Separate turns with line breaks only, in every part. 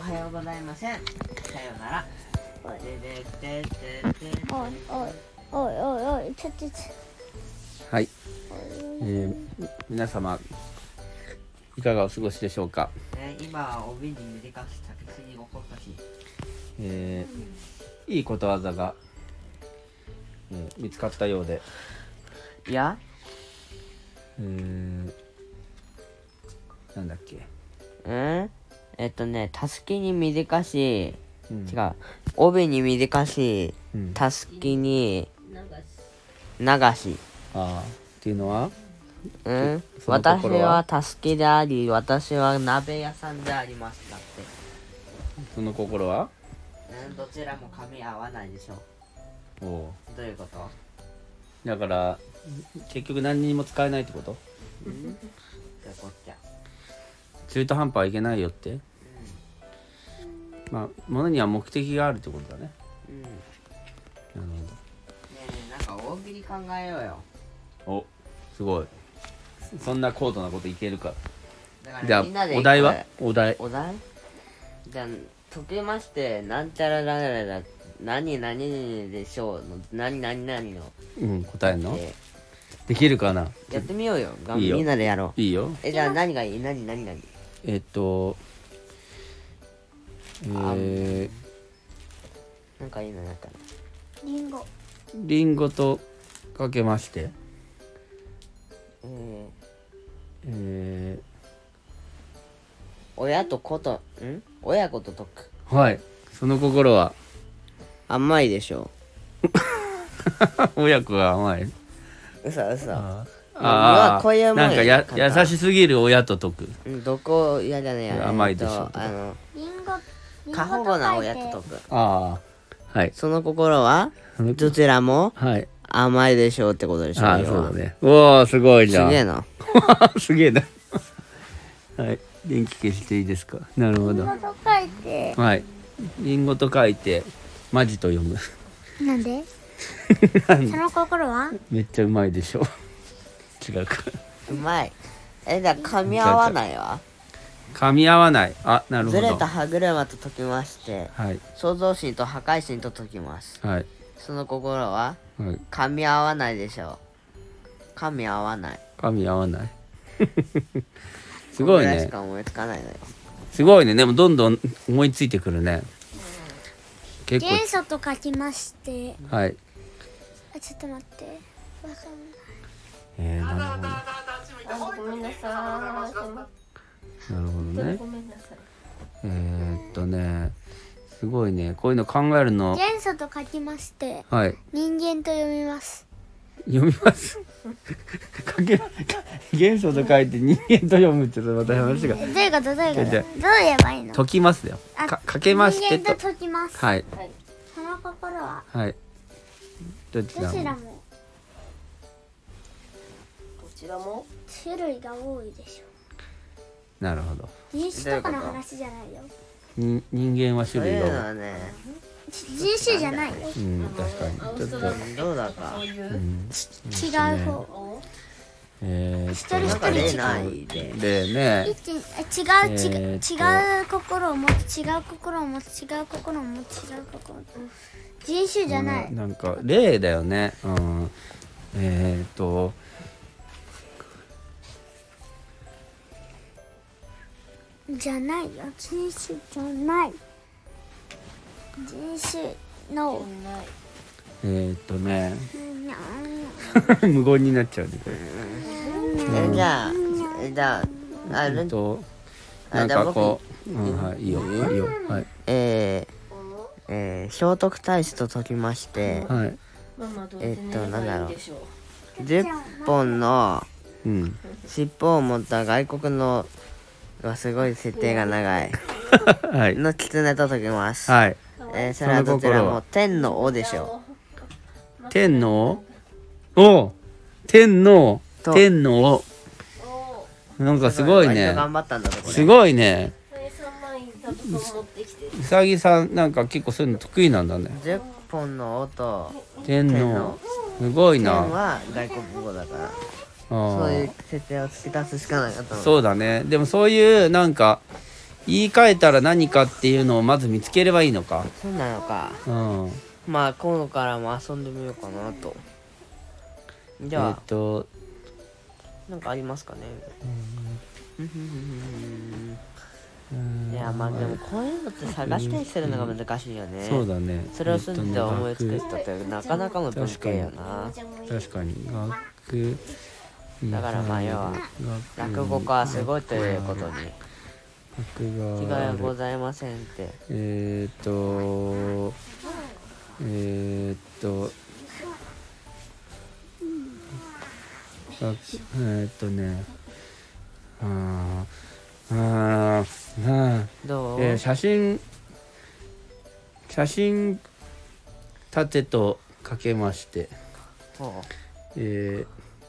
せんさよなら
おい
ててててて
おいおいおいおいおいちょちょち
はい、
ょおい
えー、皆様いかがお過ごしでしょうか、
ね今帯に揺れかす着水に怒ったし
えー、いいことわざが、えー見つかったようで、
いや
えー、なんだっけ、
うんえっとねたすきに短し
うん
違う帯に短し
うん
たすきに流し
あーっていうのは
うん
その
私
心は
はたすきであり私は鍋屋さんでありますだっ
その心は
て、うん、どちらも髪合わないでしょ
おお
どういうこと
うだから結局何にも使えないってこと
どういうこっちゃ
中途半端はいけないよってまあ物には目的があるってことだね
うんうんね
なる
えなんか大喜利考えようよ
ほどおすごいそんな高度なこといけるか
だから
じゃ
みんな
あ
で
お題
こ
は
れ
お題
お題じゃあ解けましてなんちゃらららら何何でしょうの何何何の、
うん答えんの
え
できるかな
ーやってみようよがん
いいよ
みんなでやろう
いいよ
えじゃあ何がいい何何何
えっとえー、
なんかいいのなんか
リンゴ
リンゴとかけまして
えー、
え
親と子とん親子と解く
ー、はいその心は
甘いでしょ
親子が甘いう
そ嘘
あ
まあこういうもんよ
なんかや
簡単
優しすぎる親と解く
うんどこ嫌じゃねえや
甘いでしょ
えっとあの
リンゴリンゴ
過保護な親と
と
解く
ああはい
その心はどちらも
はい
甘いでしょうってことでしょ
ああ
要
そう
は
だねおおすごい
す
じゃん
げえな
すげえなはい電気消していいですかなるほど
書いてリンゴと書いて
はいリンゴと書いてマジと読む
なんでその心 は
めっちゃうまいでしょ違うか
うまいえじゃあ噛み合わないわ
噛み合わないあなるほ
ず
ど
れた歯車と解きまして
はい
創造心と破壊心と解きます
はい
その心は
はい
噛み合わないでしょう噛み合わない
噛み合 わないすご
こんぐ
い
らし
ね
か思いつかないのよ
すごいねでもどんどん思いついてくるね結
元素と書きまして
構はい
あちょっと待ってわかんない
えー、なるほど
ごめんなさい。
なるほどね
ごめんなさい。
えー、っとねすごいねこういうの考えるの
元素と書きまして
はい
人間と読みます
読みますかけ元素と書いて人間と読むってそれまた話が
どういうことどういうこと
じ
ど
ゃ
う言えばいいの
解きますだよ
あ
かかけまして
人間
と
と解きます、
はい
はい。
その心は
はいどっち
ど
だ
ちらも
こちらも。
種類が多いでしょ
なるほど
人種とかの
どういうこと
話じゃないよ
に人間は
そう
種
い
類
うの
が
はね
人種じゃないよ
多いうん確かにちょっと、
どうだか
こういうう。
ん、
違う方
お。
えー、っと
一
なんか
人
例
一
な
人
いで
でね
一あ違う違う、
えーっと
違う心を持つ違う心を持つ違う心を持つ違う心を持つ人種じゃない、
うんなんか例だよねうんえー、っと
じゃないよ人種じゃない人種の
ない。
えー、っとね 無言になっちゃうねこれ
えじゃあえじゃああ
え
れ
っとな
あ
ん
じゃあ
かこう、うん、はいいいよいいよはい
えーえー聖徳太子と解きまして
はい
ママどうやって寝ればいいんでしょう。
10本の
うん
尻尾を持った外国のはすごい設定が長い
はい
の狐と解きます、
はい
えーそれはどちらも天の王でしょ
天皇お天皇
と
天皇
お。
なんか
う
すごい
割
ね
と頑張ったんだぞこれ
すごいね
え、三万円たぶん持ってきて。
うさぎさんなんか結構そういうの得意なんだね
10本の王と
天皇すごい
天
な
は外国語だから
あ
そういう
ー
設定を突き出すしかなかったの
そうだねでもそういうなんか言い換えたら何かっていうのをまず見つければいいのか
そうなのか
うん
まあ今度からも遊んでみようかなとじゃ
えっ
あ
と
なんかありますかねいやまあでもこういうのって探したりするのが難しいよね
そうだね
それを住んで思いつく
えっ
人ってなかなかの文系よな
と学確かに学
だからまあ要は
学
落語家はすごいということに違
学
い
があ
は
る
ございませんって
えーっとえーっとあえーっとねあーあーあー
どう、
えー写真写真立てとかけまして
ほ
えー、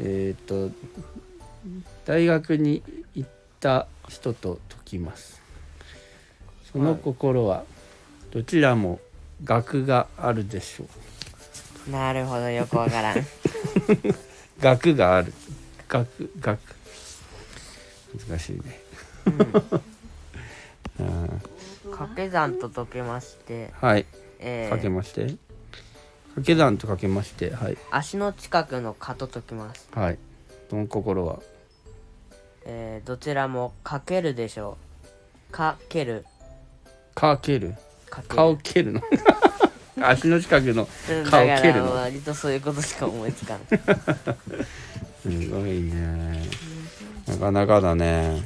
えーっと大学に行った人と解きますその心はどちらも学があるでしょう
うなるほどよくわからん
学がある学学難しいね、 うん
掛け算と解けまして
はい
え
かけ
ー、
まして掛け算とかけましてはい
足の近くの蚊と解きます
はいその心は
えー、どちらもかけるでしょうかける
かける
かける
顔 蹴るの足の近くの
だか
顔蹴る
ら
の
割とそういうことしか思いつ かん
すごいねなかなかだね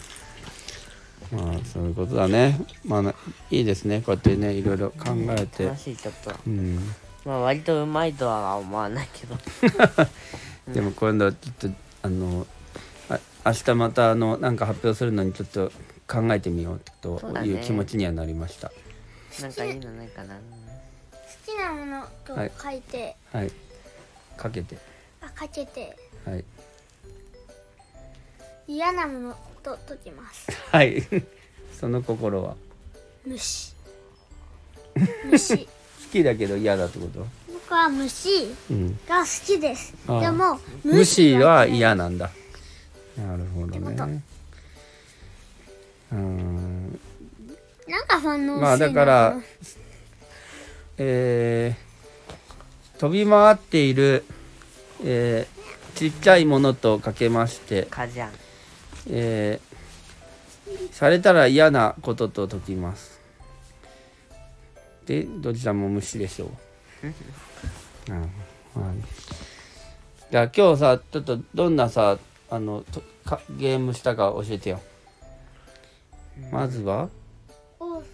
まあそういうことだねまあないいですねこうやってねいろいろ考えて
楽しいちょっと
うん
まあ割とうまいとは思わないけど
でも今度ちょっとあのあ明日またあのなんか発表するのにちょっと考えてみようと
そうだ
いう
ね
気持ちにはなりました、
なんかいいのないかな
きなものと書いて、
はいかけて
あかけて
はい
嫌なものと解きます
はい その心は
虫虫
好きだけど嫌だってこと
僕は虫
うん
が好きです
ああ
でも
無視は
嫌
嫌なんだなるほど
ってこと
ねうん
なんか反応薄いな
まあだからえー飛び回っている、えーちっちゃいものとかけまして、
蚊じゃん
えーされたら嫌なことと解きますでどちらも無視でしょう、うんはい、じゃあ今日さちょっとどんなさあのとかゲームしたか教えてよまずは
多さ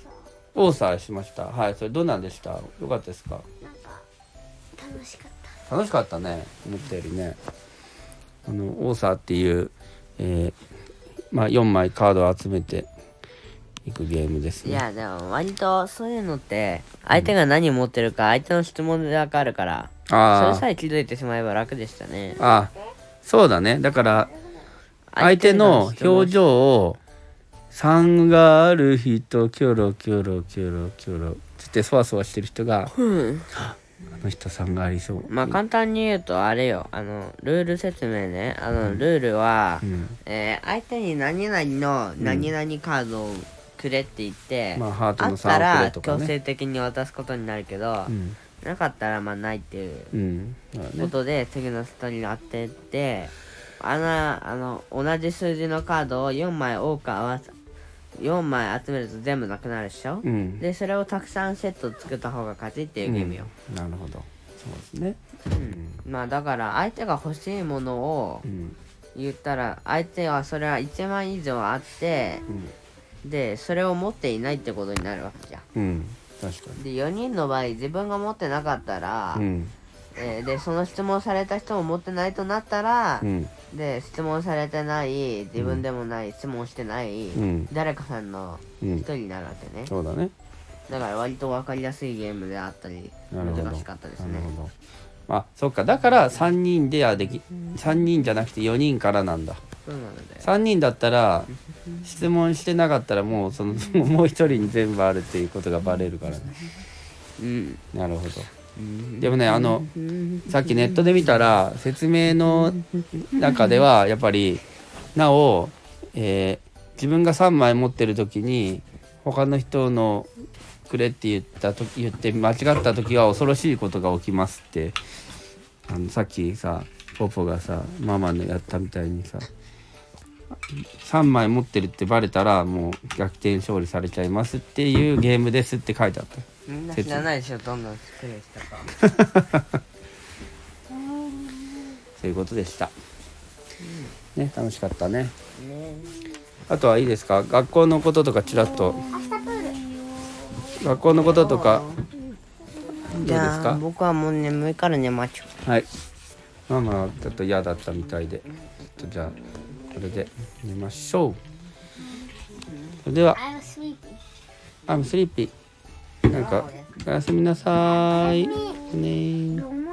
オーサーしましたはいそれどんなんでしたよかったですか
なんか楽しかった
楽しかったね思ったよりねあのオーサーっていう、えーまあ、4枚カードを集めていくゲームです
い
ね
やでも割とそういうのって相手が何持ってるか相手の質問でわかるからそれ
あ
さえ気づいてしまえば楽でしたね
ああそうだねだから相手の表情を「3がある人キョロキョロキョロキョロ」つってそわそわしてる人が「
うん
あの人3がありそう」
まあ簡単に言うとあれよあのルール説明ねあのルールは、
うん
えー相手に何々の何々カードをくれって言って、
まあハート
あ
の
っ
3
た
をくれ
ら
とか
強
ね
制的に渡すことになるけど、
うん
なかったらまあないっていう
うんだから
こ
ね
とで、次の人に当てってあのあの同じ数字のカードを4枚多く合わせ4枚集めると全部なくなるでしょ、
うん
でそれをたくさんセット作った方が勝ちっていうゲームよ、
うんなるほどそうですね
まあだから相手が欲しいものを
うん
言ったら相手はそれは1万以上あって
うん
でそれを持っていないってことになるわけじゃん
うん確か
で4人の場合自分が持ってなかったら、
にうん
えーでその質問された人も持ってないとなったら、
うん
で質問されてない自分でもない、質問してない、
うん
誰かさんの
う
一
ん
人になるわけね、
そうだね
だから割と分かりやすいゲームであったり
なるほど
難しかったです
な
ね
るほどあそっかだから3人ではでき3人じゃなくて4人からなんだ
そうなので
3人だったら質問してなかったらも うそのもう1人に全部あるっていうことがバレるからね
うん
なるほどでもねあのさっきネットで見たら説明の中ではやっぱりなお、えー自分が3枚持ってる時に他の人のくれって言ったと言って間違った時は恐ろしいことが起きますってあのさっきさポポがさママのやったみたいにさ3枚持ってるってバレたらもう逆転勝利されちゃいますっていうゲームですって書いてあった。
みんな知らないでしょどんどん失礼したか
ということでした。ね、楽しかったね。
ね
あとはいいですか、学校のこととかちらっと。学校のこととか。どうです
じゃあ
か。
僕はもう眠いから寝ましょう
はい。ママはちょっと嫌だったみたいで。ちょっとじゃあ、これで寝ましょう。それでは、
I'm sleepy.
あ、スリーピー。なんか、おやすみなさーい。ねー
Good